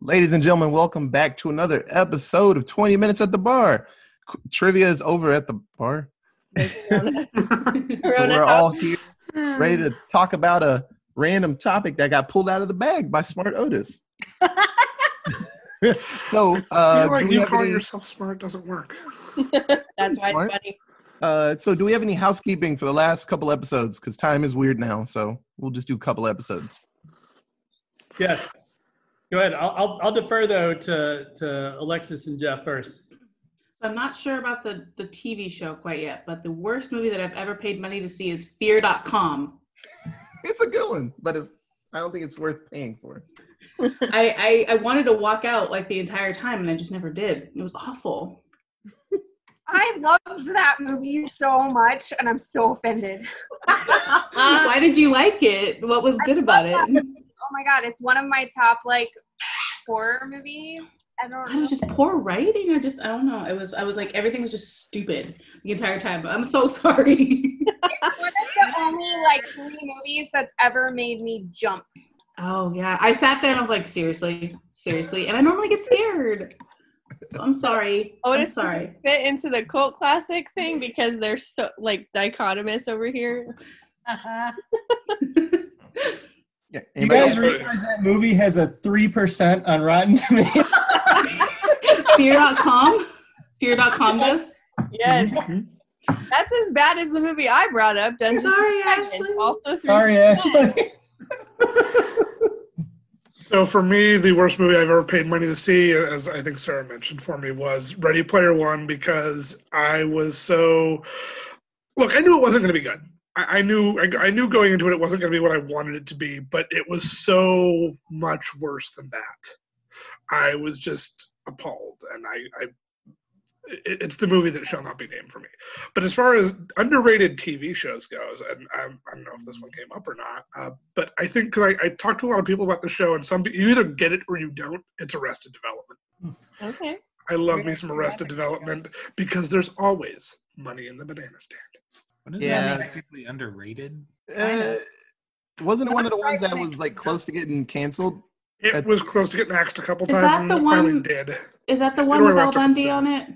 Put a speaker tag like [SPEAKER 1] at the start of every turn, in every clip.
[SPEAKER 1] Ladies and gentlemen, welcome back to another episode of 20 Minutes at the Bar. Qu- Trivia is over at the bar.
[SPEAKER 2] Corona.
[SPEAKER 1] So
[SPEAKER 2] Corona
[SPEAKER 1] we're
[SPEAKER 2] out.
[SPEAKER 1] all here ready to talk about a random topic that got pulled out of the bag by Smart Otis. so,
[SPEAKER 3] I feel
[SPEAKER 1] uh, do
[SPEAKER 3] like
[SPEAKER 1] we
[SPEAKER 3] you
[SPEAKER 1] have
[SPEAKER 3] calling
[SPEAKER 1] any-
[SPEAKER 3] yourself smart doesn't work.
[SPEAKER 2] That's why
[SPEAKER 1] Smart.
[SPEAKER 2] it's funny.
[SPEAKER 1] Uh, so do we have any housekeeping for the last couple episodes? Because time is weird now, so we'll just do a couple episodes.
[SPEAKER 4] Yes. Go ahead. I'll, I'll, I'll defer though to, to Alexis and Jeff first.
[SPEAKER 5] So I'm not sure about the, the TV show quite yet, but the worst movie that I've ever paid money to see is Fear.com.
[SPEAKER 1] It's a good one, but it's I don't think it's worth paying for.
[SPEAKER 5] I, I, I wanted to walk out like the entire time and I just never did. It was awful.
[SPEAKER 6] I loved that movie so much, and I'm so offended.
[SPEAKER 5] Why did you like it? What was good about it?
[SPEAKER 6] Oh my god, it's one of my top like horror movies. I don't
[SPEAKER 5] Kind
[SPEAKER 6] know.
[SPEAKER 5] of just poor writing. I just I don't know. It was I was like everything was just stupid the entire time. I'm so sorry.
[SPEAKER 6] It's one of the only like three movies that's ever made me jump.
[SPEAKER 5] oh yeah. I sat there and I was like, seriously, seriously. And I normally get scared. So I'm sorry.
[SPEAKER 2] Oh,
[SPEAKER 5] I'm
[SPEAKER 2] it's
[SPEAKER 5] sorry.
[SPEAKER 2] fit into the cult classic thing because they're so like dichotomous over here.
[SPEAKER 1] Yeah.
[SPEAKER 7] You
[SPEAKER 1] anybody
[SPEAKER 7] guys
[SPEAKER 1] else?
[SPEAKER 7] realize that movie has a three percent on Rotten Tomatoes?
[SPEAKER 5] Fear.com? Fear.com this?
[SPEAKER 2] Yes,
[SPEAKER 7] Mm-hmm.
[SPEAKER 2] that's as bad as the movie I brought up. Dungeons and
[SPEAKER 5] Sorry,
[SPEAKER 2] Dragons,
[SPEAKER 5] Ashley.
[SPEAKER 2] Also, three.
[SPEAKER 7] Sorry, Ashley.
[SPEAKER 3] So for me, the worst movie I've ever paid money to see, as I think Sarah mentioned for me, was Ready Player One because I was so. Look, I knew it wasn't going to be good. I, I knew I, I knew going into it, it wasn't going to be what I wanted it to be, but it was so much worse than that. I was just appalled, and I. I it- it's the movie that shall not be named for me. But as far as underrated TV shows goes, and I, I don't know if this one came up or not, uh, but I think 'cause I, I talked to a lot of people about the show, and some pe- you either get it or you don't. It's Arrested Development.
[SPEAKER 2] Okay.
[SPEAKER 3] I love me some Arrested Development because there's always money in the banana stand.
[SPEAKER 8] Wouldn't
[SPEAKER 1] Yeah.
[SPEAKER 8] that be technically underrated?
[SPEAKER 1] Uh, wasn't it one of the ones that
[SPEAKER 6] Right,
[SPEAKER 1] was like close to getting canceled?
[SPEAKER 3] It
[SPEAKER 1] That-
[SPEAKER 3] was close to getting axed a couple
[SPEAKER 5] Is that
[SPEAKER 3] times, and
[SPEAKER 5] the
[SPEAKER 3] it finally
[SPEAKER 5] one-
[SPEAKER 3] did.
[SPEAKER 5] Is that the
[SPEAKER 3] They
[SPEAKER 5] one
[SPEAKER 3] were
[SPEAKER 5] with Al
[SPEAKER 3] last episode.
[SPEAKER 5] Bundy on it?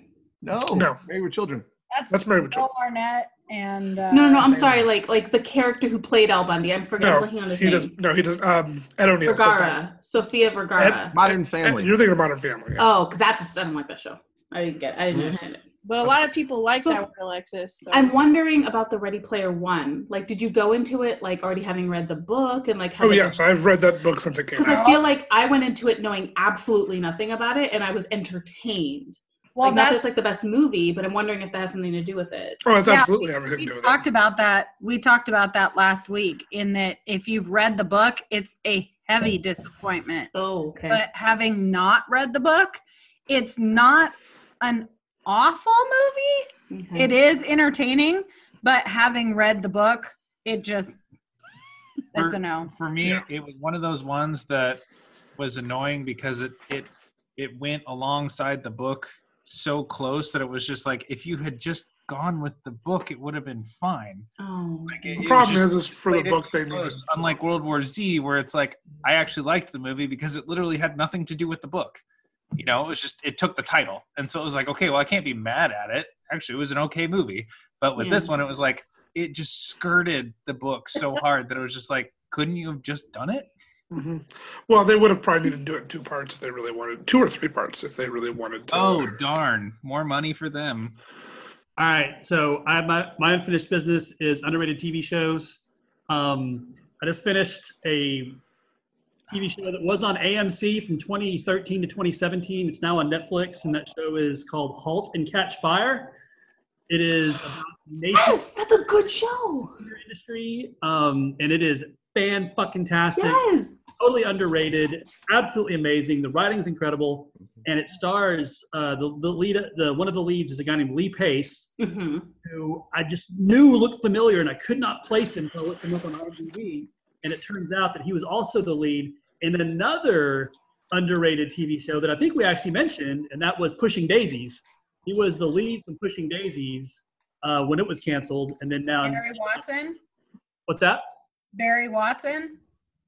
[SPEAKER 1] No.
[SPEAKER 3] No.
[SPEAKER 1] Oh, Married with children.
[SPEAKER 3] That's Mary Mitchell.
[SPEAKER 9] Barnett and uh,
[SPEAKER 5] No, no, no. I'm sorry. Like, like the character who played Al Bundy. I'm forgetting.
[SPEAKER 3] No,
[SPEAKER 5] blanking on his
[SPEAKER 3] He
[SPEAKER 5] name.
[SPEAKER 3] does no, he does. Um, Ed O'Neill. does not.
[SPEAKER 5] Vergara. Sophia Vergara.
[SPEAKER 1] Modern
[SPEAKER 3] Ed,
[SPEAKER 1] Family.
[SPEAKER 3] you're thinking of Modern Family. yeah.
[SPEAKER 5] Oh, because that's just, I don't like that show. I didn't get. I didn't understand it.
[SPEAKER 2] But a lot of people like
[SPEAKER 5] So-
[SPEAKER 2] that one, Alexis. so-
[SPEAKER 5] I'm wondering about the Ready Player One. Like, did you go into it like already having read the book and like?
[SPEAKER 3] oh yes, I've read that book since it came
[SPEAKER 5] Because
[SPEAKER 3] out.
[SPEAKER 5] I feel like I went into it knowing absolutely nothing about it, and I was entertained.
[SPEAKER 9] well,
[SPEAKER 5] like, not that
[SPEAKER 9] that's
[SPEAKER 5] it's like the best movie, but I'm wondering if that has something to do with it.
[SPEAKER 3] Oh, it's
[SPEAKER 9] Yeah,
[SPEAKER 3] absolutely everything
[SPEAKER 9] we
[SPEAKER 3] to do with
[SPEAKER 9] talked
[SPEAKER 3] it.
[SPEAKER 9] about that. We talked about that last week. In that, if you've read the book, it's a heavy disappointment.
[SPEAKER 5] Oh, okay.
[SPEAKER 9] But having not read the book, it's not an awful movie.
[SPEAKER 5] Okay.
[SPEAKER 9] It is entertaining, but having read the book, it just it's a no.
[SPEAKER 8] For me,
[SPEAKER 3] Yeah.
[SPEAKER 8] it was one of those ones that was annoying because it it it went alongside the book so close that it was just like if you had just gone with the book, it would have been fine.
[SPEAKER 5] Oh.
[SPEAKER 8] Like, it- it
[SPEAKER 3] The
[SPEAKER 8] was
[SPEAKER 3] problem
[SPEAKER 8] just
[SPEAKER 3] is, is for the
[SPEAKER 8] played it
[SPEAKER 3] book
[SPEAKER 8] too
[SPEAKER 3] they needed.
[SPEAKER 8] close, Unlike World War Z, where it's like I actually liked the movie because it literally had nothing to do with the book. You know, it was just it took the title, and so it was like, okay, well, I can't be mad at it. Actually, it was an okay movie, but with
[SPEAKER 5] Yeah.
[SPEAKER 8] this one, it was like it just skirted the book so hard that it was just like, couldn't you have just done it?
[SPEAKER 3] hmm Well, they would have probably needed to do it in two parts if they really wanted, two or three parts if they really wanted to.
[SPEAKER 8] Oh darn! More money for them.
[SPEAKER 4] All right. So I my, my unfinished business is underrated TV shows. Um, I just finished a TV show that was on AMC from 2013 to 2017. It's now on Netflix, and that show is called *Halt and Catch Fire*. It is about nation
[SPEAKER 5] Yes, that's a good show.
[SPEAKER 4] industry, um, and it is fan fucking tastic.
[SPEAKER 5] Yes.
[SPEAKER 4] totally underrated, absolutely amazing. The writing's incredible, and it stars uh, the, the lead. The one of the leads is a guy named Lee Pace,
[SPEAKER 5] hmm
[SPEAKER 4] who I just knew looked familiar, and I could not place him. until I looked him up on IMDb, and it turns out that he was also the lead in another underrated TV show that I think we actually mentioned, and that was Pushing Daisies. He was the lead from Pushing Daisies uh, when it was canceled, and then
[SPEAKER 8] um,
[SPEAKER 4] now
[SPEAKER 9] Barry Watson.
[SPEAKER 4] what's that?
[SPEAKER 9] Barry Watson.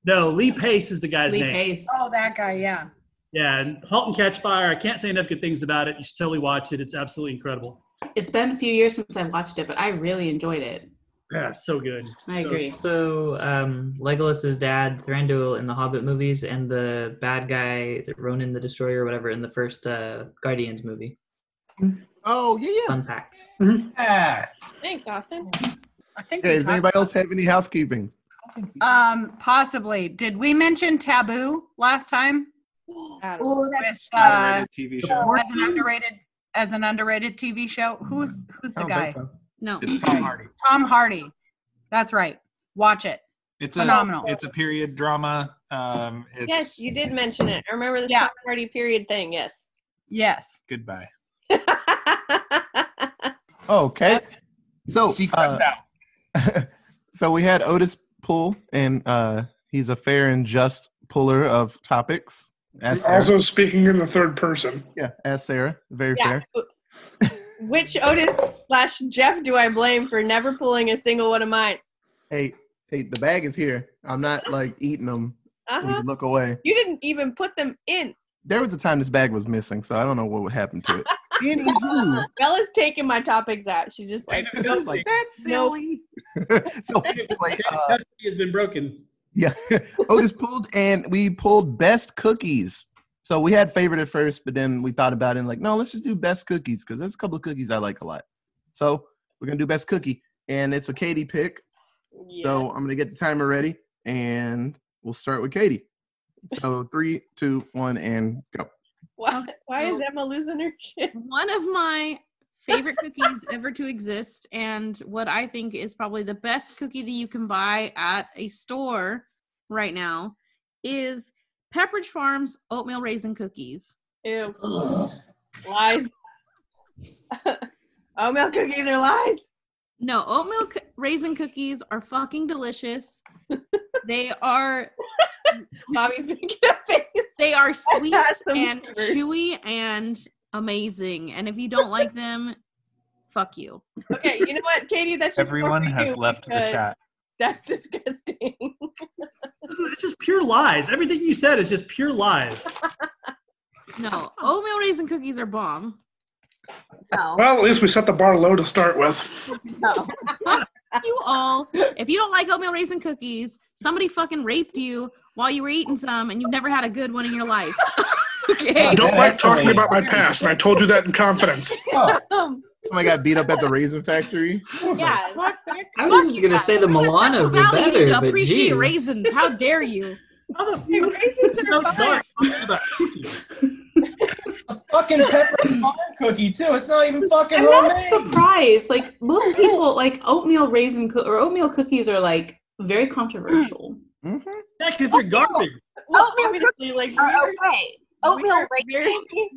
[SPEAKER 4] No, Lee Pace is the guy's
[SPEAKER 5] Lee
[SPEAKER 4] name.
[SPEAKER 5] Pace.
[SPEAKER 9] Oh, that guy. Yeah.
[SPEAKER 4] Yeah, and Halt and Catch Fire. I can't say enough good things about it. You should totally watch it. It's absolutely incredible.
[SPEAKER 5] It's been a few years since I've watched it, but I really enjoyed it.
[SPEAKER 4] Yeah, it's so good.
[SPEAKER 5] I
[SPEAKER 4] So-
[SPEAKER 5] agree.
[SPEAKER 10] Also, um, Legolas's dad, Thranduil, in the Hobbit movies, and the bad guy, is it Ronan the Destroyer or whatever, in the first uh, Guardians movie.
[SPEAKER 1] Oh yeah, yeah.
[SPEAKER 10] Fun facts.
[SPEAKER 7] Yeah.
[SPEAKER 2] Thanks, Austin.
[SPEAKER 9] I think.
[SPEAKER 1] yeah
[SPEAKER 9] we
[SPEAKER 1] does
[SPEAKER 9] talked
[SPEAKER 1] anybody
[SPEAKER 9] about
[SPEAKER 1] else have any housekeeping?
[SPEAKER 9] Um, possibly. Did we mention Taboo last time?
[SPEAKER 2] Adam.
[SPEAKER 6] Oh,
[SPEAKER 9] With,
[SPEAKER 6] that's
[SPEAKER 9] uh,
[SPEAKER 8] Underrated TV
[SPEAKER 9] as
[SPEAKER 8] show.
[SPEAKER 9] an underrated, as an underrated TV show? Who's, who's the guy?
[SPEAKER 8] No, it's Tom Hardy.
[SPEAKER 9] Tom Hardy. That's right. Watch it.
[SPEAKER 8] It's
[SPEAKER 9] Phenomenal.
[SPEAKER 8] a it's a period drama. Um, it's
[SPEAKER 2] Yes, you did mention it. I remember this
[SPEAKER 9] Yeah.
[SPEAKER 2] Tom Hardy period thing. Yes.
[SPEAKER 9] Yes.
[SPEAKER 8] goodbye.
[SPEAKER 1] Okay.
[SPEAKER 3] Oh,
[SPEAKER 1] So
[SPEAKER 8] Sequest
[SPEAKER 1] uh,
[SPEAKER 8] out.
[SPEAKER 1] so we had Otis Pool, and uh, he's a fair and just puller of topics. As Sarah,
[SPEAKER 3] Also speaking in the third person.
[SPEAKER 1] yeah, as Sarah, very
[SPEAKER 2] yeah.
[SPEAKER 1] fair.
[SPEAKER 2] Which Otis slash Jeff do I blame for never pulling a single one of mine?
[SPEAKER 1] Hey, hey, the bag is here. I'm not like eating them
[SPEAKER 2] Uh
[SPEAKER 1] when
[SPEAKER 2] huh.
[SPEAKER 1] you look away.
[SPEAKER 2] You didn't even put them in.
[SPEAKER 1] There was a time this bag was missing, so I don't know what would happen to it. Anywho,
[SPEAKER 2] Bella's taking my topics out. She just like
[SPEAKER 1] it's just like that's
[SPEAKER 2] Nope.
[SPEAKER 1] silly. so anyway, uh,
[SPEAKER 4] Custody has been broken.
[SPEAKER 1] Yeah. Otis pulled and we pulled best cookies. So we had favorite at first, but then we thought about it and like, no, let's just do best cookies because there's a couple of cookies I like a lot. So we're gonna do best cookie. And it's a Katie pick.
[SPEAKER 2] yeah.
[SPEAKER 1] So I'm gonna get the timer ready and we'll start with Katie. So three, two, one, and go.
[SPEAKER 2] Why, why is
[SPEAKER 11] well-
[SPEAKER 2] Emma losing her shit?
[SPEAKER 11] one of my favorite cookies ever to exist and what i think is probably the best cookie that you can buy at a store right now is pepperidge farms oatmeal raisin cookies
[SPEAKER 2] Ew. lies. Oatmeal cookies are lies.
[SPEAKER 11] no oatmeal co- raisin cookies are fucking delicious they are
[SPEAKER 2] Bobby's making a face.
[SPEAKER 11] they are sweet
[SPEAKER 2] got some
[SPEAKER 11] and
[SPEAKER 2] shivers.
[SPEAKER 11] chewy and amazing and if you don't like them fuck you
[SPEAKER 2] Okay, you know what, Katie? That's just
[SPEAKER 8] Everyone
[SPEAKER 2] for you
[SPEAKER 8] has left the
[SPEAKER 2] because
[SPEAKER 8] chat.
[SPEAKER 2] That's disgusting.
[SPEAKER 4] It's it's just pure lies. Everything you said is just pure lies.
[SPEAKER 11] no oatmeal raisin cookies are bomb
[SPEAKER 6] no.
[SPEAKER 3] Well, at least we set the bar low to start with.
[SPEAKER 6] no.
[SPEAKER 11] you all. If you don't like oatmeal raisin cookies, somebody fucking raped you while you were eating some and you've never had a good one in your life. okay.
[SPEAKER 3] Don't
[SPEAKER 7] that
[SPEAKER 3] like talking
[SPEAKER 7] escalated.
[SPEAKER 3] about my past, and I told you that in confidence.
[SPEAKER 7] Oh,
[SPEAKER 2] Um,
[SPEAKER 1] Somebody got beat up at the raisin factory.
[SPEAKER 2] yeah.
[SPEAKER 10] I was just gonna say the Milanos are
[SPEAKER 11] Value
[SPEAKER 10] better,
[SPEAKER 11] to
[SPEAKER 10] but
[SPEAKER 11] appreciate
[SPEAKER 10] gee,
[SPEAKER 11] raisins. How dare you?
[SPEAKER 4] How the it's so dark talking about cookies?
[SPEAKER 7] a fucking pepper and farm cookie too. It's not even fucking
[SPEAKER 5] I'm not
[SPEAKER 7] homemade.
[SPEAKER 5] surprised. Like most people, like oatmeal raisin coo- or oatmeal cookies are like very controversial.
[SPEAKER 4] Yeah, because they're
[SPEAKER 7] Mm.
[SPEAKER 4] garbage.
[SPEAKER 11] Oh,
[SPEAKER 2] Well,
[SPEAKER 6] Oatmeal
[SPEAKER 2] obviously, like we
[SPEAKER 6] Are
[SPEAKER 2] were,
[SPEAKER 6] okay.
[SPEAKER 2] we
[SPEAKER 6] Oatmeal
[SPEAKER 2] are
[SPEAKER 6] raisin.
[SPEAKER 2] very,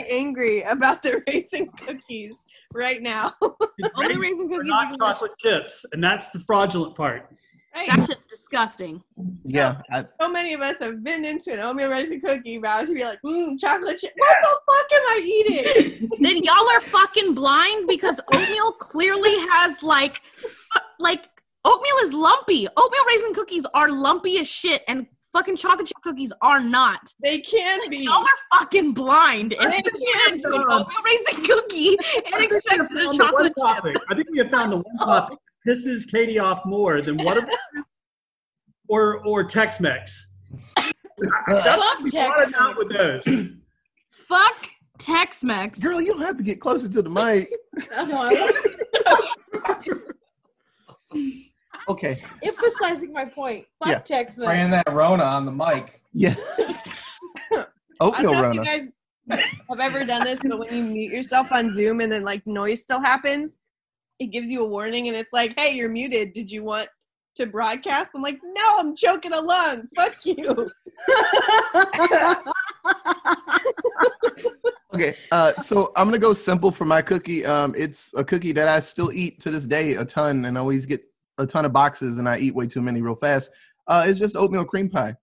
[SPEAKER 2] very angry about the raisin cookies right now.
[SPEAKER 11] Only raisin cookies. are
[SPEAKER 4] not
[SPEAKER 11] delicious.
[SPEAKER 4] chocolate chips, and that's the fraudulent part.
[SPEAKER 11] That shit's disgusting.
[SPEAKER 1] Yeah. I,
[SPEAKER 2] So many of us have been into an oatmeal raisin cookie about to be like, mm, chocolate chip. What the fuck am I eating?
[SPEAKER 11] Then y'all are fucking blind because oatmeal clearly has like, uh, like oatmeal is lumpy. Oatmeal raisin cookies are lumpy as shit, and fucking chocolate chip cookies are not.
[SPEAKER 2] They can be.
[SPEAKER 11] Y'all are fucking blind.
[SPEAKER 2] I
[SPEAKER 11] If you
[SPEAKER 2] can't
[SPEAKER 11] get into an
[SPEAKER 4] go.
[SPEAKER 11] oatmeal raisin cookie and expect a
[SPEAKER 4] I think we have found the
[SPEAKER 11] chocolate
[SPEAKER 4] one
[SPEAKER 11] chip.
[SPEAKER 4] topic. I think we have found the one topic that pisses Katie off more than whatever or or Tex-Mex.
[SPEAKER 2] Fuck
[SPEAKER 4] That's what we
[SPEAKER 2] Tex-Mex.
[SPEAKER 4] out with those.
[SPEAKER 11] Fuck Tex-Mex.
[SPEAKER 1] girl, you don't have to get closer to the mic. okay.
[SPEAKER 2] Emphasizing my point. Fuck
[SPEAKER 1] Yeah.
[SPEAKER 2] Tex-Mex.
[SPEAKER 7] Ran that Rona on the mic.
[SPEAKER 1] Yeah.
[SPEAKER 2] I don't
[SPEAKER 1] Oatmeal
[SPEAKER 2] know
[SPEAKER 1] runner.
[SPEAKER 2] if you guys have ever done this, but when you mute yourself on Zoom and then like noise still happens, it gives you a warning and it's like, hey, you're muted. Did you want to broadcast? I'm like, no, I'm choking a lung. Fuck you.
[SPEAKER 1] Okay, uh, so I'm gonna go simple for my cookie. Um, it's a cookie that I still eat to this day a ton, and I always get a ton of boxes, and I eat way too many real fast. Uh, it's just oatmeal cream pie.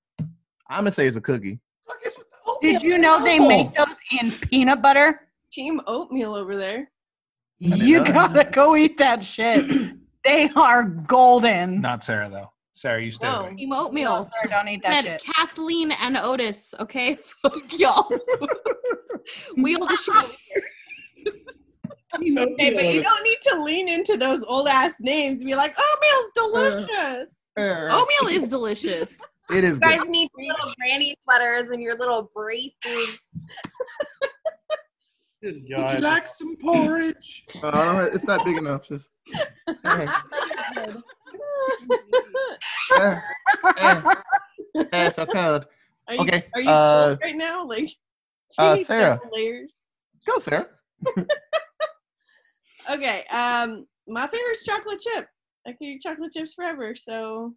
[SPEAKER 1] I'm gonna say it's a cookie.
[SPEAKER 7] Fuck is with the oatmeal?
[SPEAKER 9] Did you know they make those in peanut butter?
[SPEAKER 2] Team oatmeal over there.
[SPEAKER 1] didn't
[SPEAKER 9] You
[SPEAKER 1] know.
[SPEAKER 9] gotta go eat that shit. They are golden.
[SPEAKER 8] Not Sarah though. Sorry, you stay away.
[SPEAKER 11] Team oatmeal.
[SPEAKER 9] Oh, sorry, don't eat that shit.
[SPEAKER 11] Kathleen and Otis. Okay, fuck y'all. Wheel the show.
[SPEAKER 2] Okay, but you don't need to lean into those old ass names and be like,
[SPEAKER 1] Uh,
[SPEAKER 2] oatmeal's delicious.
[SPEAKER 11] Oatmeal is delicious.
[SPEAKER 1] It
[SPEAKER 6] You
[SPEAKER 1] is
[SPEAKER 6] guys
[SPEAKER 1] good.
[SPEAKER 6] need your little granny sweaters and your little braces.
[SPEAKER 8] Would you
[SPEAKER 1] like
[SPEAKER 8] some porridge?
[SPEAKER 1] All right, Uh, it's not big enough. Just eh, eh, eh, eh, so cold.
[SPEAKER 2] Are you,
[SPEAKER 1] Okay,
[SPEAKER 2] are you
[SPEAKER 1] uh,
[SPEAKER 2] cold right now? Like,
[SPEAKER 1] uh,
[SPEAKER 2] geez,
[SPEAKER 1] Sarah.
[SPEAKER 2] several layers.
[SPEAKER 1] Go, Sarah.
[SPEAKER 2] Okay, um, my favorite is chocolate chip. I could eat chocolate chips forever. So,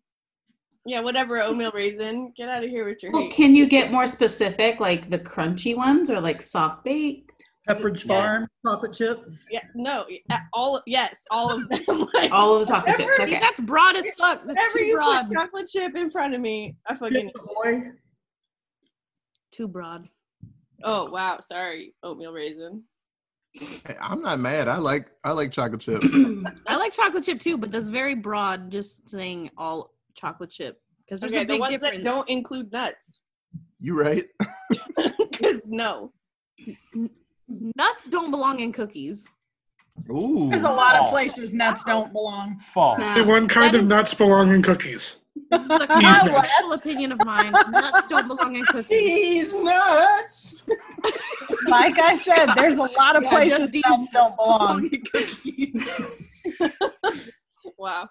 [SPEAKER 2] yeah, whatever oatmeal raisin. Get out of here with your
[SPEAKER 5] Well,
[SPEAKER 2] hate.
[SPEAKER 5] can you get more specific, like the crunchy ones or like soft baked?
[SPEAKER 4] Pepperidge Farm chocolate chip.
[SPEAKER 2] Yeah, no, yeah, all yes, all of them. Like,
[SPEAKER 5] All of the chocolate chips.
[SPEAKER 2] Whatever-
[SPEAKER 5] Okay.
[SPEAKER 11] That's broad as fuck. That's
[SPEAKER 2] Whenever
[SPEAKER 11] too
[SPEAKER 2] you
[SPEAKER 11] broad.
[SPEAKER 2] put chocolate chip in front of me, I fucking
[SPEAKER 11] Too broad.
[SPEAKER 2] Oh wow, sorry, oatmeal raisin.
[SPEAKER 1] Hey, I'm not mad. I like I like chocolate chip.
[SPEAKER 11] I like chocolate chip too, but that's very broad. Just saying all chocolate chip because there's
[SPEAKER 2] okay,
[SPEAKER 11] a big
[SPEAKER 2] the ones
[SPEAKER 11] difference.
[SPEAKER 2] that don't include nuts.
[SPEAKER 1] You right?
[SPEAKER 2] Because no.
[SPEAKER 11] Nuts don't belong in cookies.
[SPEAKER 1] Ooh.
[SPEAKER 9] There's a lot of
[SPEAKER 8] False.
[SPEAKER 9] places nuts don't belong.
[SPEAKER 8] False.
[SPEAKER 3] The one kind
[SPEAKER 11] That
[SPEAKER 3] of
[SPEAKER 11] is-
[SPEAKER 3] nuts belong in cookies.
[SPEAKER 11] This is a
[SPEAKER 3] nuts.
[SPEAKER 11] controversial opinion of mine. Nuts don't belong in cookies.
[SPEAKER 7] He's nuts.
[SPEAKER 9] Like I said, there's a lot of
[SPEAKER 11] Yeah,
[SPEAKER 9] places
[SPEAKER 11] just these
[SPEAKER 9] nuts don't belong.
[SPEAKER 11] in cookies.
[SPEAKER 2] Wow.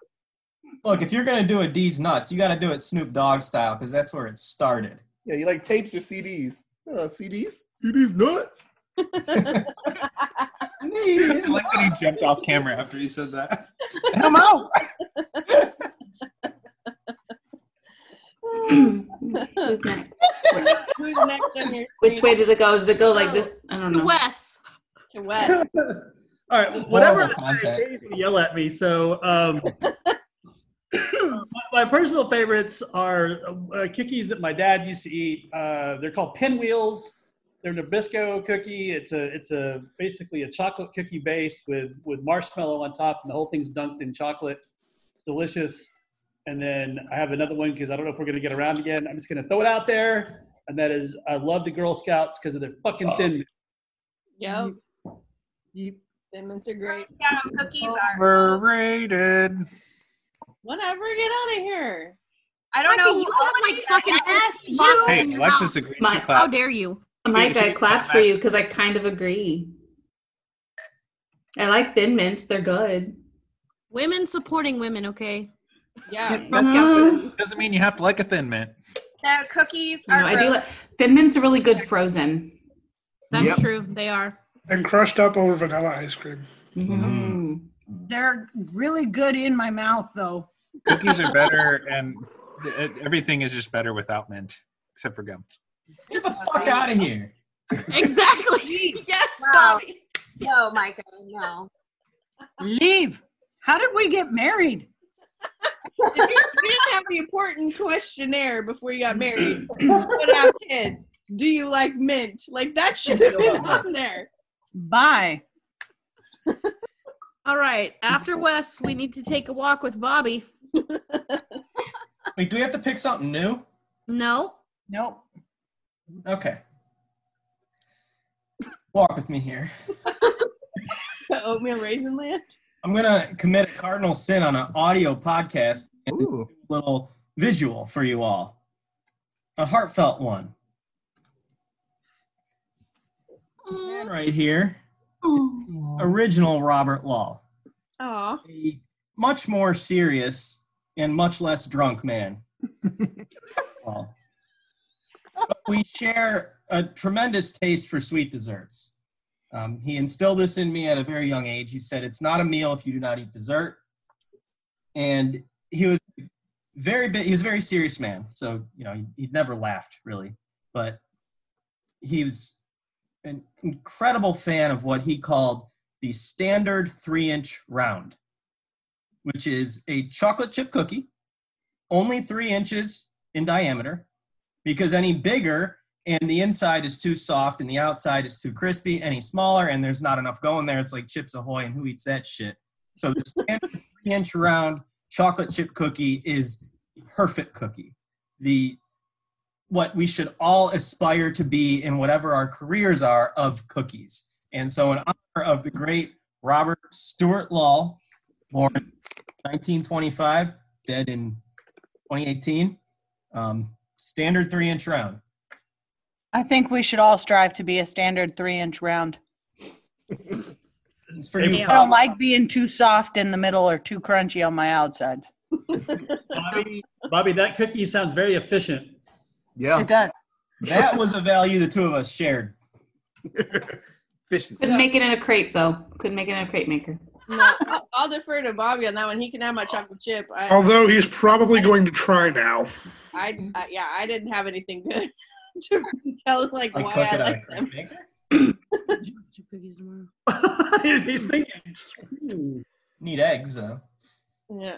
[SPEAKER 7] Look, if you're gonna do it, D's nuts. You got to do it Snoop Dogg style because that's where it started.
[SPEAKER 1] Yeah, you like tapes or CDs? Uh, CDs? CDs nuts.
[SPEAKER 8] I like that he jumped off camera after he said that.
[SPEAKER 1] I'm out.
[SPEAKER 5] Who's next?
[SPEAKER 2] Who's next on your
[SPEAKER 5] Which way does it go? Does it go like
[SPEAKER 11] Oh,
[SPEAKER 5] this? I don't
[SPEAKER 11] To
[SPEAKER 5] know.
[SPEAKER 11] Wes.
[SPEAKER 2] to West?
[SPEAKER 4] All right,
[SPEAKER 7] This is
[SPEAKER 4] whatever.
[SPEAKER 7] horrible
[SPEAKER 4] I say,
[SPEAKER 7] content.
[SPEAKER 4] Katie's gonna yell at me. So, um, my- my personal favorites are uh, cookies that my dad used to eat. Uh, they're called pinwheels. They're Nabisco cookie. It's a it's a basically a chocolate cookie base with with marshmallow on top, and the whole thing's dunked in chocolate. It's delicious. And then I have another one because I don't know if we're gonna get around again. I'm just gonna throw it out there, and that is I love the Girl Scouts because of their fucking thin.
[SPEAKER 2] Yep.
[SPEAKER 4] Yep.
[SPEAKER 2] Them mints are great.
[SPEAKER 6] Down cookies are.
[SPEAKER 8] Overrated.
[SPEAKER 2] Whatever, get out of here.
[SPEAKER 6] I don't know.
[SPEAKER 11] Rocky, you
[SPEAKER 6] who
[SPEAKER 11] have, like,
[SPEAKER 6] owns it.
[SPEAKER 11] fucking
[SPEAKER 6] I asked
[SPEAKER 11] fifty
[SPEAKER 6] you.
[SPEAKER 11] bucks.
[SPEAKER 8] Hey, Alexis agreed
[SPEAKER 5] My-
[SPEAKER 8] to
[SPEAKER 5] oh,
[SPEAKER 11] How
[SPEAKER 8] clap.
[SPEAKER 11] dare you?
[SPEAKER 5] Mike,
[SPEAKER 8] Yeah,
[SPEAKER 5] I
[SPEAKER 8] you
[SPEAKER 5] clapped
[SPEAKER 8] should-
[SPEAKER 5] for you because I kind of agree. I like thin mints; they're good.
[SPEAKER 11] Women supporting women. Okay.
[SPEAKER 2] Yeah.
[SPEAKER 11] Girl Scout
[SPEAKER 5] Uh-huh.
[SPEAKER 9] Mm-hmm.
[SPEAKER 11] cookies.
[SPEAKER 8] Doesn't mean you have to like a thin mint.
[SPEAKER 6] The cookies
[SPEAKER 5] You
[SPEAKER 6] are.
[SPEAKER 5] know, I do like thin mints are really good frozen.
[SPEAKER 11] That's
[SPEAKER 1] Yep.
[SPEAKER 11] true. They are.
[SPEAKER 3] And crushed up over vanilla ice cream.
[SPEAKER 8] Mm-hmm.
[SPEAKER 5] Mm.
[SPEAKER 9] They're really good in my mouth, though.
[SPEAKER 8] Cookies are better, and th- everything is just better without mint, except for gum.
[SPEAKER 7] Get the fuck out of here.
[SPEAKER 11] Exactly. yes,
[SPEAKER 6] Wow.
[SPEAKER 11] Bobby.
[SPEAKER 6] No, Micah, no.
[SPEAKER 9] Leave. How did we get married?
[SPEAKER 2] If you didn't have the important questionnaire before you got married, put out kids. Do you like mint? Like that should have been on there.
[SPEAKER 9] Bye.
[SPEAKER 11] All right. After Wes, we need to take a walk with Bobby.
[SPEAKER 7] Wait, do we have to pick something new?
[SPEAKER 11] No.
[SPEAKER 9] Nope.
[SPEAKER 7] Okay. Walk with me here.
[SPEAKER 2] Oatmeal raisin land.
[SPEAKER 7] I'm gonna commit a cardinal sin on an audio podcast. And do
[SPEAKER 1] Ooh.
[SPEAKER 7] a little visual for you all, a heartfelt one. This man right here, original Robert Law,
[SPEAKER 2] Aw.
[SPEAKER 7] a much more serious and much less drunk man. Law. But we share a tremendous taste for sweet desserts. Um, he instilled this in me at a very young age. He said, "It's not a meal if you do not eat dessert." And he was very big. He was a very serious man. So you know, he, he never laughed really, but he was an incredible fan of what he called the standard three-inch round, which is a chocolate chip cookie, only three inches in diameter, because any bigger and the inside is too soft and the outside is too crispy. Any smaller and there's not enough going there. It's like Chips Ahoy and who eats that shit. So the standard three inch round chocolate chip cookie is perfect cookie, the what we should all aspire to be in whatever our careers are of cookies. And so, in honor of the great Robert Stuart Law, born 1925, dead in 2018, um, standard three inch round.
[SPEAKER 9] I think we should all strive to be a standard three inch round.
[SPEAKER 7] It's for
[SPEAKER 9] I
[SPEAKER 7] you.
[SPEAKER 9] don't like being too soft in the middle or too crunchy on my outsides.
[SPEAKER 4] Bobby, Bobby, that cookie sounds very efficient.
[SPEAKER 1] Yeah.
[SPEAKER 9] It does.
[SPEAKER 7] That was a value the two of us shared.
[SPEAKER 5] Couldn't make it in a crepe though. Couldn't make it in a crepe maker.
[SPEAKER 2] No, I'll, I'll defer to Bobby on that one. He can have my chocolate chip. I,
[SPEAKER 3] Although he's probably going to try now.
[SPEAKER 2] I, I yeah, I didn't have anything good to tell like
[SPEAKER 3] Like
[SPEAKER 2] why
[SPEAKER 3] cook
[SPEAKER 2] I
[SPEAKER 3] it out
[SPEAKER 2] like
[SPEAKER 7] of
[SPEAKER 2] them.
[SPEAKER 11] Cookies tomorrow.
[SPEAKER 4] He's thinking.
[SPEAKER 7] Need eggs, though.
[SPEAKER 2] Yeah.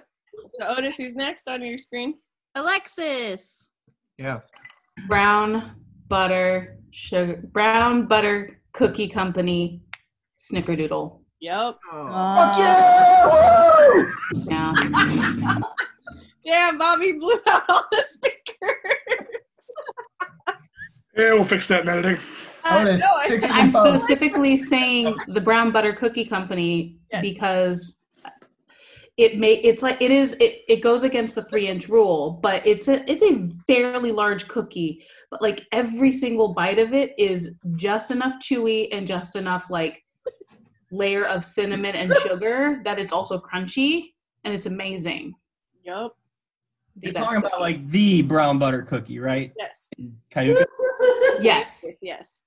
[SPEAKER 2] So Otis, who's next on your screen?
[SPEAKER 11] Alexis.
[SPEAKER 1] Yeah.
[SPEAKER 5] Brown butter sugar. Brown butter cookie company. Snickerdoodle.
[SPEAKER 2] Yep.
[SPEAKER 5] Yeah.
[SPEAKER 2] Damn, Bobby blew out all the speakers.
[SPEAKER 3] Yeah, we'll fix that in editing.
[SPEAKER 5] Otis,
[SPEAKER 2] no, I- fix it in
[SPEAKER 5] I'm
[SPEAKER 2] post.
[SPEAKER 5] specifically saying the brown butter cookie company because it may it's like it is it, it goes against the three inch rule, but it's a it's a fairly large cookie. But like every single bite of it is just enough chewy and just enough like layer of cinnamon and sugar that it's also crunchy and it's amazing.
[SPEAKER 2] Yep.
[SPEAKER 5] The
[SPEAKER 7] You're
[SPEAKER 5] best
[SPEAKER 7] talking about like the brown butter cookie, right?
[SPEAKER 2] Yes.
[SPEAKER 7] Cayuga.
[SPEAKER 5] Yes.
[SPEAKER 2] Yes.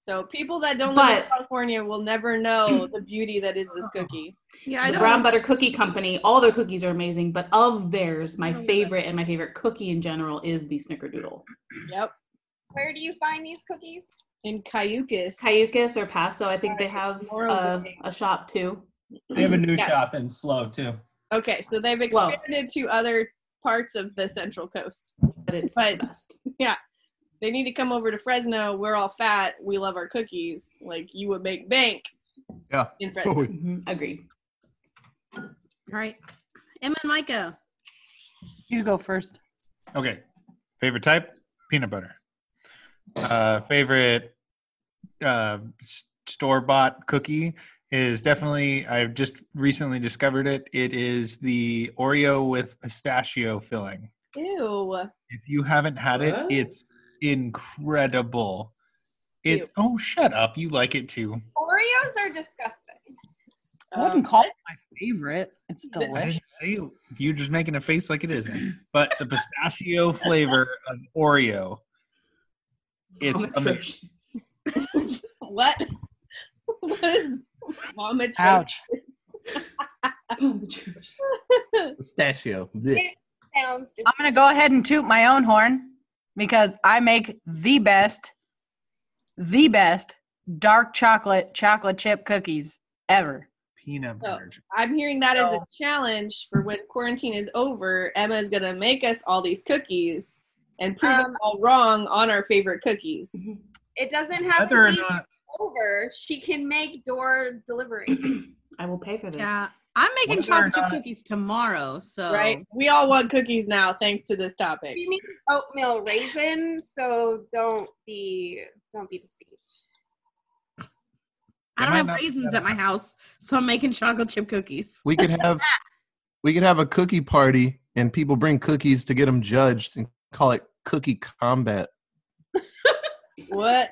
[SPEAKER 2] So people that don't live in
[SPEAKER 5] But-
[SPEAKER 2] California will never know the beauty that is this cookie.
[SPEAKER 11] Yeah,
[SPEAKER 5] the brown butter cookie company all their cookies are amazing but of theirs my favorite and my favorite cookie in general is the snickerdoodle
[SPEAKER 2] Yep.
[SPEAKER 6] Where do you find these cookies?
[SPEAKER 2] In Cayucas.
[SPEAKER 5] cayucas or paso i think they have
[SPEAKER 2] Laurel
[SPEAKER 5] a, a shop too
[SPEAKER 7] They have a new
[SPEAKER 2] Yeah.
[SPEAKER 7] shop in Slow too.
[SPEAKER 2] Okay, so they've
[SPEAKER 5] Well-
[SPEAKER 2] expanded to other parts of the Central Coast.
[SPEAKER 5] But it's best.
[SPEAKER 2] Yeah. They need to come over to Fresno. We're all fat. We love our cookies. Like you would make bank
[SPEAKER 1] Yeah.
[SPEAKER 2] in Fresno.
[SPEAKER 7] Mm-hmm.
[SPEAKER 5] agree
[SPEAKER 11] All right. Emma and Micah.
[SPEAKER 9] You go first.
[SPEAKER 8] Okay. Favorite type? Peanut butter. Uh, favorite uh, store bought cookie is definitely, I've just recently discovered it. It is the Oreo with pistachio filling.
[SPEAKER 2] Ew.
[SPEAKER 8] If you haven't had it,
[SPEAKER 2] What?
[SPEAKER 8] it's incredible. It
[SPEAKER 6] Ew.
[SPEAKER 8] oh shut up, you like it too.
[SPEAKER 6] Oreos are disgusting.
[SPEAKER 9] I wouldn't call it my favorite. It's
[SPEAKER 8] I
[SPEAKER 9] delicious.
[SPEAKER 8] didn't say it. You're just making a face like it isn't. But the pistachio flavor of Oreo, it's amazing.
[SPEAKER 2] What? what is mama
[SPEAKER 9] Ouch.
[SPEAKER 1] Pistachio. Blech.
[SPEAKER 6] Sounds
[SPEAKER 9] I'm going to go ahead and toot my own horn because I make the best, the best dark chocolate chocolate chip cookies ever.
[SPEAKER 8] Peanut
[SPEAKER 2] So, Oh, I'm hearing that as a challenge for when quarantine is over. Emma is gonna make us all these cookies and prove
[SPEAKER 5] Um,
[SPEAKER 2] us all wrong on our favorite cookies.
[SPEAKER 5] mhm.
[SPEAKER 6] It doesn't have
[SPEAKER 8] Whether or
[SPEAKER 6] to be
[SPEAKER 8] not-
[SPEAKER 6] over. She can make door deliveries.
[SPEAKER 5] i will pay for this
[SPEAKER 11] Yeah. I'm making
[SPEAKER 5] Whether or
[SPEAKER 11] chocolate chip
[SPEAKER 5] not-
[SPEAKER 11] cookies tomorrow. So
[SPEAKER 2] Right? We all want cookies now, thanks to this topic.
[SPEAKER 6] she makes oatmeal raisin, so don't be don't be deceived.
[SPEAKER 11] I
[SPEAKER 1] Am I
[SPEAKER 11] don't have
[SPEAKER 1] not-
[SPEAKER 11] raisins at my house, so I'm making chocolate chip cookies.
[SPEAKER 1] We could have we could have a cookie party and people bring cookies to get them judged and call it cookie combat.
[SPEAKER 2] What?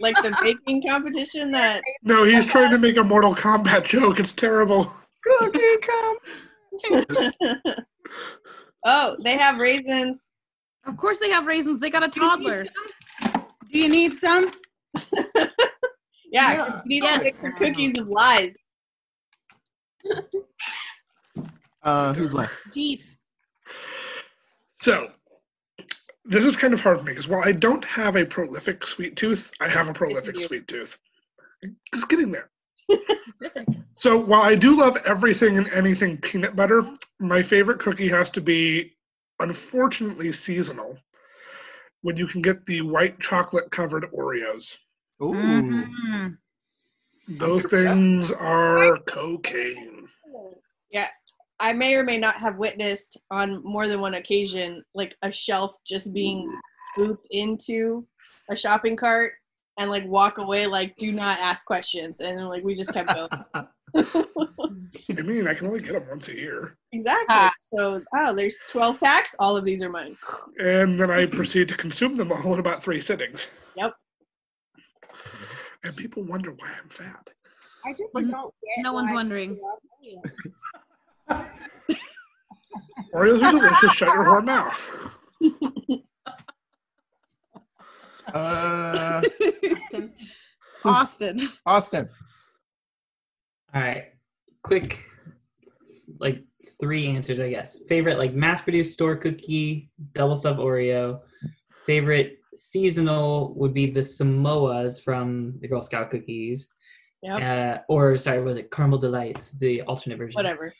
[SPEAKER 2] like the baking competition that
[SPEAKER 3] No, he's trying to make a Mortal Kombat joke. It's terrible.
[SPEAKER 1] Cookie combat.
[SPEAKER 2] Oh, they have raisins.
[SPEAKER 11] Of course they have raisins. They got a toddler.
[SPEAKER 9] Do you need some?
[SPEAKER 2] Yeah, 'cause you need to make
[SPEAKER 11] Yes.
[SPEAKER 2] your cookies of lies.
[SPEAKER 1] Uh, who's left?
[SPEAKER 11] Jeef.
[SPEAKER 3] So, this is kind of hard for me because while I don't have a prolific sweet tooth, I have a prolific sweet tooth. It's getting there. so, while I do love everything and anything peanut butter, my favorite cookie has to be, unfortunately, seasonal when you can get the white chocolate covered Oreos.
[SPEAKER 1] Ooh.
[SPEAKER 9] Mm-hmm.
[SPEAKER 3] Those things are cocaine.
[SPEAKER 2] Yeah. I may or may not have witnessed on more than one occasion, like a shelf just being scooped into a shopping cart and like walk away, like do not ask questions, and then, like we just kept going.
[SPEAKER 3] I mean, I can only get them once a year.
[SPEAKER 5] Ah.
[SPEAKER 2] Exactly. So, oh, there's 12 packs. All of these are mine.
[SPEAKER 3] And then I proceed to consume them all in about three sittings.
[SPEAKER 2] Yep.
[SPEAKER 3] And people wonder why I'm fat.
[SPEAKER 6] I just don't get
[SPEAKER 11] No one's
[SPEAKER 6] why-
[SPEAKER 11] wondering.
[SPEAKER 3] Oreos are delicious. Shut your whore mouth.
[SPEAKER 1] Uh,
[SPEAKER 5] Austin.
[SPEAKER 11] Austin.
[SPEAKER 1] Austin.
[SPEAKER 10] All right, quick, like three answers, I guess. Favorite like mass-produced store cookie, double stuffed Oreo. Favorite seasonal would be the Samoas from the Girl Scout cookies,
[SPEAKER 2] Yep.
[SPEAKER 10] uh, or sorry, was it Caramel Delights, the alternate version?
[SPEAKER 2] Whatever.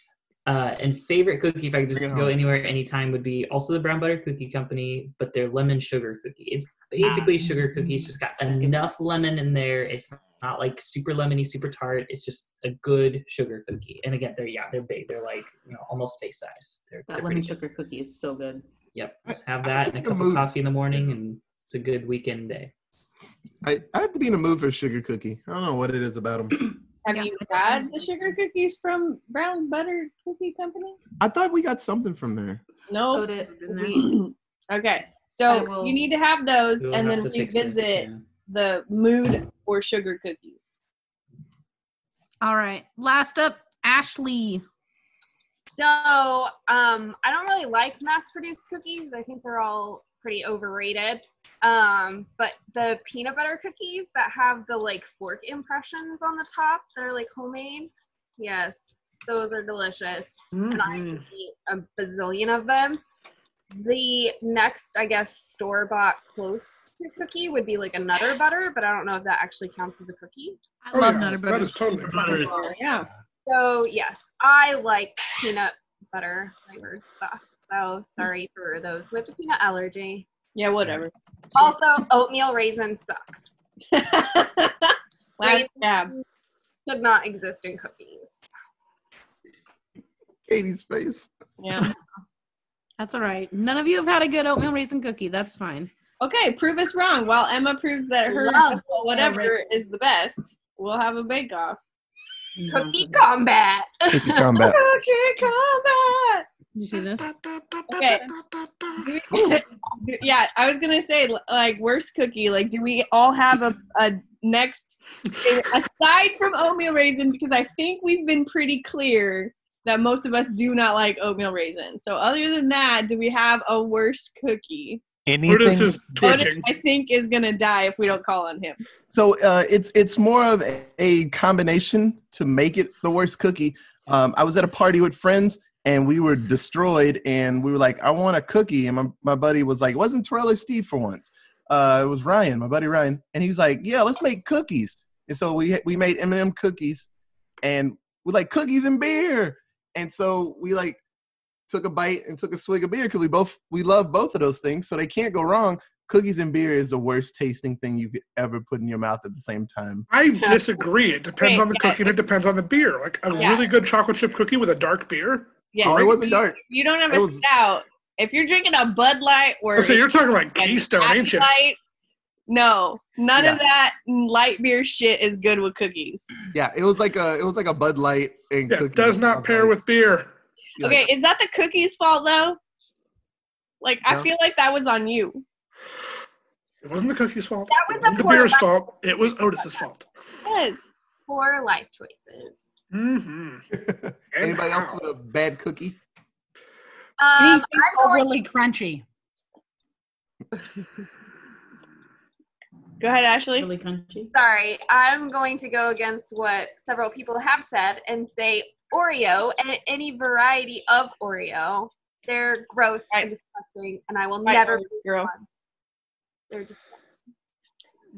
[SPEAKER 10] Uh, and favorite cookie, if I could
[SPEAKER 1] Bring
[SPEAKER 10] just
[SPEAKER 1] it
[SPEAKER 10] go
[SPEAKER 1] home.
[SPEAKER 10] anywhere, anytime, would be also the Brown Butter Cookie Company, but their lemon sugar cookie. It's basically
[SPEAKER 5] Ah.
[SPEAKER 10] sugar cookies, just got enough lemon in there. It's not like super lemony, super tart. It's just a good sugar cookie. And again, they're yeah, they're big. They're like you know almost face size. They're, they're
[SPEAKER 5] That lemon
[SPEAKER 10] pretty
[SPEAKER 5] sugar cookie is so
[SPEAKER 10] good.
[SPEAKER 5] good.
[SPEAKER 10] Yep,
[SPEAKER 1] I-
[SPEAKER 10] just have
[SPEAKER 1] I
[SPEAKER 10] that and
[SPEAKER 1] think
[SPEAKER 10] a
[SPEAKER 1] the
[SPEAKER 10] cup of
[SPEAKER 1] mood-
[SPEAKER 10] coffee in the morning, and it's a good weekend day.
[SPEAKER 1] I, I have to be in a mood for a sugar cookie. I don't know what it is about them.
[SPEAKER 2] Have
[SPEAKER 11] Yeah.
[SPEAKER 2] you had the sugar cookies from Brown Butter Cookie Company?
[SPEAKER 1] I thought we got something from there.
[SPEAKER 2] No.
[SPEAKER 5] Oda, we,
[SPEAKER 2] okay.
[SPEAKER 5] I
[SPEAKER 2] So
[SPEAKER 5] will-
[SPEAKER 2] you need to have those
[SPEAKER 10] We'll
[SPEAKER 2] and
[SPEAKER 10] have
[SPEAKER 2] then
[SPEAKER 10] to fix this,
[SPEAKER 2] revisit
[SPEAKER 10] yeah.
[SPEAKER 2] the mood for sugar cookies.
[SPEAKER 11] All right. Last up, Ashley.
[SPEAKER 6] So um, I don't really like mass-produced cookies. I think they're all pretty overrated. Um, but the peanut butter cookies that have the like fork impressions on the top that are like homemade, yes, those are delicious. And I
[SPEAKER 3] Mm.
[SPEAKER 6] could eat a bazillion of them. The next, I guess, store-bought close to cookie would be like a nutter butter, but I don't know if that actually counts as a cookie.
[SPEAKER 11] I
[SPEAKER 3] Oh,
[SPEAKER 11] love
[SPEAKER 3] yeah.
[SPEAKER 11] Nutter
[SPEAKER 3] That
[SPEAKER 11] Butter.
[SPEAKER 3] is totally
[SPEAKER 4] Butter is-
[SPEAKER 2] Yeah.
[SPEAKER 6] So yes, I like peanut butter flavored stuff. So sorry for those with a peanut allergy.
[SPEAKER 2] Yeah, whatever.
[SPEAKER 6] Also, oatmeal raisin sucks.
[SPEAKER 2] Last stab.
[SPEAKER 6] Should not exist in cookies.
[SPEAKER 1] Katie's face.
[SPEAKER 2] Yeah.
[SPEAKER 11] That's all right. None of you have had a good oatmeal raisin cookie. That's fine.
[SPEAKER 2] Okay, prove us wrong. While Emma proves that her
[SPEAKER 6] Love
[SPEAKER 2] whatever is the best, we'll have a bake off.
[SPEAKER 6] Cookie combat.
[SPEAKER 1] Cookie combat.
[SPEAKER 2] Okay, combat.
[SPEAKER 11] Did you see this?
[SPEAKER 2] Okay. Do we- yeah, I was gonna say like worst cookie. Like, do we all have a, a next thing aside from oatmeal raisin? Because I think we've been pretty clear that most of us do not like oatmeal raisin. So, other than that, do we have a worst cookie?
[SPEAKER 3] Brutus is
[SPEAKER 2] Otis,
[SPEAKER 3] twitching.
[SPEAKER 2] I think, is gonna die if we don't call on him.
[SPEAKER 1] So uh, it's it's more of a- a combination to make it the worst cookie. Um, I was at a party with friends and we were destroyed, and we were like, "I want a cookie," and my, my buddy was like, it "Wasn't Terrell or Steve for once? Uh, it was Ryan, my buddy Ryan," and he was like, "Yeah, let's make cookies." And so we we made M M cookies, and we like cookies and beer, and so we like took a bite and took a swig of beer because we both we love both of those things, so they can't go wrong cookies and beer is the worst tasting thing you could ever put in your mouth at the same time.
[SPEAKER 3] I disagree. It depends
[SPEAKER 2] Wait,
[SPEAKER 3] on the
[SPEAKER 2] yeah.
[SPEAKER 3] cookie and it depends on the beer. Like a
[SPEAKER 2] Yeah.
[SPEAKER 3] really good chocolate chip cookie with a dark beer.
[SPEAKER 1] Oh,
[SPEAKER 2] Yes,
[SPEAKER 1] it wasn't dark.
[SPEAKER 2] you don't have
[SPEAKER 1] It
[SPEAKER 2] a
[SPEAKER 1] was- Oh,
[SPEAKER 2] stout. If you're drinking a Bud Light or
[SPEAKER 3] Oh, So
[SPEAKER 2] a
[SPEAKER 3] you're talking like
[SPEAKER 2] and
[SPEAKER 3] Keystone, ain't you?
[SPEAKER 2] Light. No, none
[SPEAKER 1] Yeah.
[SPEAKER 2] of that light beer shit is good with cookies.
[SPEAKER 1] Yeah, it was like a it was like a Bud Light and
[SPEAKER 3] Yeah,
[SPEAKER 1] cookies.
[SPEAKER 3] it does not pair with beer.
[SPEAKER 1] Yeah.
[SPEAKER 2] Okay, is that the cookies' fault though? Like, I
[SPEAKER 1] No.
[SPEAKER 2] feel like that was on you.
[SPEAKER 3] It wasn't the cookie's fault.
[SPEAKER 6] That
[SPEAKER 3] It
[SPEAKER 6] was a
[SPEAKER 3] wasn't the
[SPEAKER 6] poor
[SPEAKER 3] beer's
[SPEAKER 6] life-
[SPEAKER 3] fault. It was Otis's fault.
[SPEAKER 2] Yes.
[SPEAKER 6] Poor life choices.
[SPEAKER 3] Mm-hmm.
[SPEAKER 1] Anybody else with a bad cookie?
[SPEAKER 6] Um,
[SPEAKER 9] Anything
[SPEAKER 6] I'm going
[SPEAKER 9] overly crunchy.
[SPEAKER 2] Go ahead, Ashley.
[SPEAKER 5] really crunchy.
[SPEAKER 6] sorry. I'm going to go against what several people have said and say Oreo and any variety of Oreo. They're gross and disgusting, and I will
[SPEAKER 2] Right,
[SPEAKER 6] never.
[SPEAKER 2] Oreo girl.
[SPEAKER 6] They're disgusting.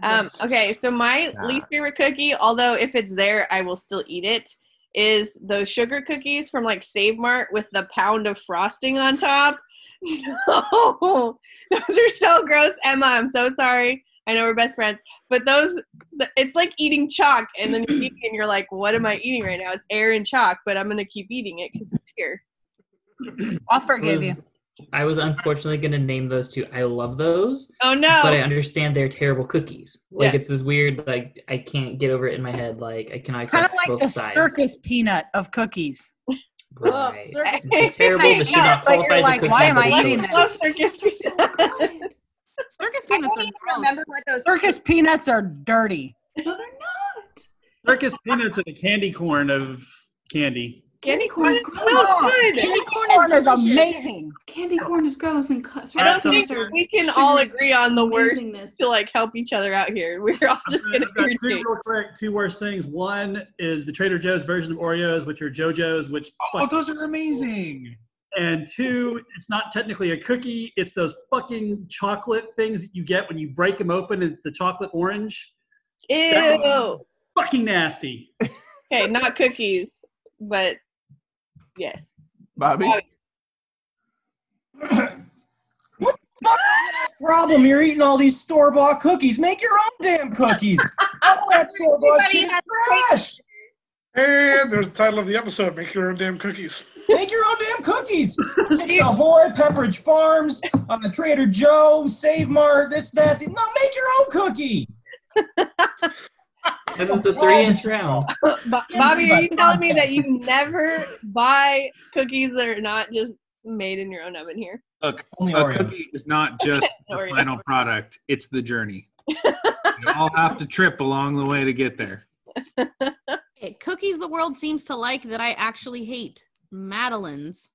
[SPEAKER 2] Um, okay, so my least favorite cookie, although if it's there, I will still eat it, is those sugar cookies from like Save Mart with the pound of frosting on top. No, those are so gross, Emma. I'm so sorry. I know we're best friends, but those, th- it's like eating chalk, and then you're eating, and you're like, what am I eating right now? It's air and chalk, but I'm gonna keep eating it because it's here.
[SPEAKER 9] I'll forgive you.
[SPEAKER 10] was- I was unfortunately going to name those two. I love those,
[SPEAKER 2] Oh no.
[SPEAKER 10] but I understand they're terrible cookies. Like
[SPEAKER 9] Yeah.
[SPEAKER 10] it's this weird. Like I can't get over it in my head. Like I cannot
[SPEAKER 9] Kind
[SPEAKER 10] accept
[SPEAKER 9] of like
[SPEAKER 10] both
[SPEAKER 9] the
[SPEAKER 10] sides.
[SPEAKER 9] circus peanut of cookies.
[SPEAKER 10] Right.
[SPEAKER 11] circus.
[SPEAKER 10] This is terrible.
[SPEAKER 9] I
[SPEAKER 10] This should
[SPEAKER 9] know,
[SPEAKER 10] not
[SPEAKER 9] but you're
[SPEAKER 10] qualify as a
[SPEAKER 9] like,
[SPEAKER 10] cookie.
[SPEAKER 9] why am
[SPEAKER 10] but
[SPEAKER 9] I
[SPEAKER 10] it's
[SPEAKER 9] eating
[SPEAKER 10] delicious.
[SPEAKER 2] Love circus.
[SPEAKER 11] Circus peanuts
[SPEAKER 6] I don't
[SPEAKER 11] are
[SPEAKER 6] even
[SPEAKER 11] gross.
[SPEAKER 6] remember what those
[SPEAKER 9] Circus peanuts are dirty.
[SPEAKER 5] No, they're not.
[SPEAKER 4] Circus peanuts are the candy corn of candy.
[SPEAKER 5] Candy corn is gross.
[SPEAKER 2] No,
[SPEAKER 11] Candy corn
[SPEAKER 9] Corn
[SPEAKER 11] is
[SPEAKER 9] is
[SPEAKER 11] delicious.
[SPEAKER 9] amazing.
[SPEAKER 5] Candy corn is gross and cu-
[SPEAKER 2] I
[SPEAKER 5] circus
[SPEAKER 2] don't think
[SPEAKER 5] peanuts are
[SPEAKER 2] we can all
[SPEAKER 5] sugary
[SPEAKER 2] agree on the word
[SPEAKER 5] amazingness.
[SPEAKER 2] to like help each other out here. We're all just
[SPEAKER 4] I've
[SPEAKER 2] gonna
[SPEAKER 4] got two
[SPEAKER 2] irritate.
[SPEAKER 4] real quick, two worst things. One is the Trader Joe's version of Oreos, which are JoJo's, which
[SPEAKER 8] Oh, those are amazing.
[SPEAKER 4] and two, it's not technically a cookie. It's those fucking chocolate things that you get when you break them open. And it's the chocolate orange.
[SPEAKER 2] Ew.
[SPEAKER 4] Fucking nasty.
[SPEAKER 2] Okay, not cookies, but yes.
[SPEAKER 1] Bobby.
[SPEAKER 7] Problem, you're eating all these store bought cookies. Make your own damn cookies. all that store bought
[SPEAKER 6] Everybody
[SPEAKER 7] shit is
[SPEAKER 6] has
[SPEAKER 7] trash.
[SPEAKER 3] And there's the title of the episode: "Make Your Own Damn Cookies."
[SPEAKER 7] Make your own damn cookies. It's Ahoy, Pepperidge Farms, uh, Trader Joe, Save Mart, this, that. The, no, make your own cookie.
[SPEAKER 10] This is the three-inch round.
[SPEAKER 2] Bo- Bobby, are you telling me that you never buy cookies that are not just made in your own oven here?
[SPEAKER 8] Look,
[SPEAKER 7] Only
[SPEAKER 8] a
[SPEAKER 7] Oreo.
[SPEAKER 8] cookie is not just the
[SPEAKER 2] Oreo.
[SPEAKER 8] final product; it's the journey. you all have to trip along the way to get there.
[SPEAKER 11] Okay, Cookies the world seems to like that I actually hate. Madeline's.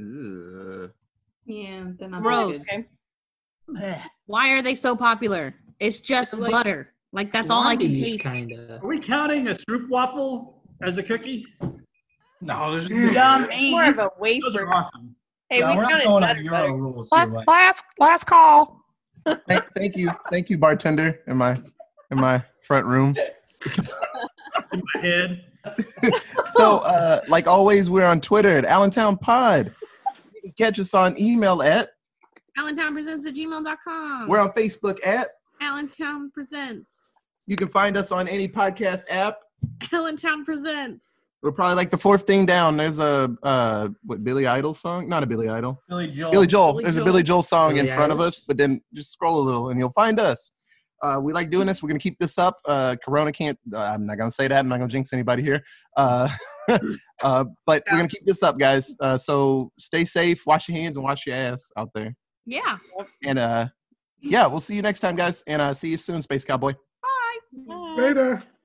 [SPEAKER 1] Ugh.
[SPEAKER 5] Yeah, they're not
[SPEAKER 11] Gross.
[SPEAKER 5] that good.
[SPEAKER 11] Why are they so popular? It's just
[SPEAKER 10] They're like-
[SPEAKER 11] butter. Like that's all I can taste.
[SPEAKER 10] Kind of.
[SPEAKER 4] Are we counting a stroop waffle as a cookie?
[SPEAKER 8] No, there's
[SPEAKER 9] Yummy.
[SPEAKER 2] More of a
[SPEAKER 4] Those are
[SPEAKER 2] wafer.
[SPEAKER 4] awesome.
[SPEAKER 2] Hey,
[SPEAKER 7] No,
[SPEAKER 2] we
[SPEAKER 7] we're not
[SPEAKER 2] counted
[SPEAKER 7] going
[SPEAKER 2] butter.
[SPEAKER 7] on
[SPEAKER 2] butter.
[SPEAKER 7] Euro rules here.
[SPEAKER 9] Last,
[SPEAKER 7] Wes.
[SPEAKER 9] last, last call.
[SPEAKER 1] Thank, thank you, thank you, bartender in my in my front room.
[SPEAKER 4] In my head.
[SPEAKER 1] So, uh, like always, we're on Twitter at Allentown Pod. You can catch us on email at.
[SPEAKER 11] Allentown presents at gmail.com.
[SPEAKER 1] We're on Facebook at.
[SPEAKER 11] Allentown presents.
[SPEAKER 1] You can find us on any podcast app.
[SPEAKER 11] Allentown presents.
[SPEAKER 1] We're probably like the fourth thing down. There's a uh, what Billy Idol song? Not a Billy Idol.
[SPEAKER 7] Billy Joel.
[SPEAKER 1] Billy Joel.
[SPEAKER 11] Billy
[SPEAKER 1] There's
[SPEAKER 11] Joel.
[SPEAKER 1] a Billy Joel song
[SPEAKER 10] Billy
[SPEAKER 1] in front of
[SPEAKER 10] Idol.
[SPEAKER 1] us, but then just scroll a little and you'll find us. Uh, we like doing this. We're gonna keep this up. Uh, Corona can't. Uh, I'm not gonna say that. I'm not gonna jinx anybody here. Uh, uh, but we're gonna keep this up, guys. Uh, so stay safe. Wash your hands and wash your ass out there.
[SPEAKER 11] Yeah.
[SPEAKER 1] And uh, yeah, we'll see you next time, guys. And uh, see you soon, Space Cowboy.
[SPEAKER 11] Bye.
[SPEAKER 2] Bye.
[SPEAKER 3] Later.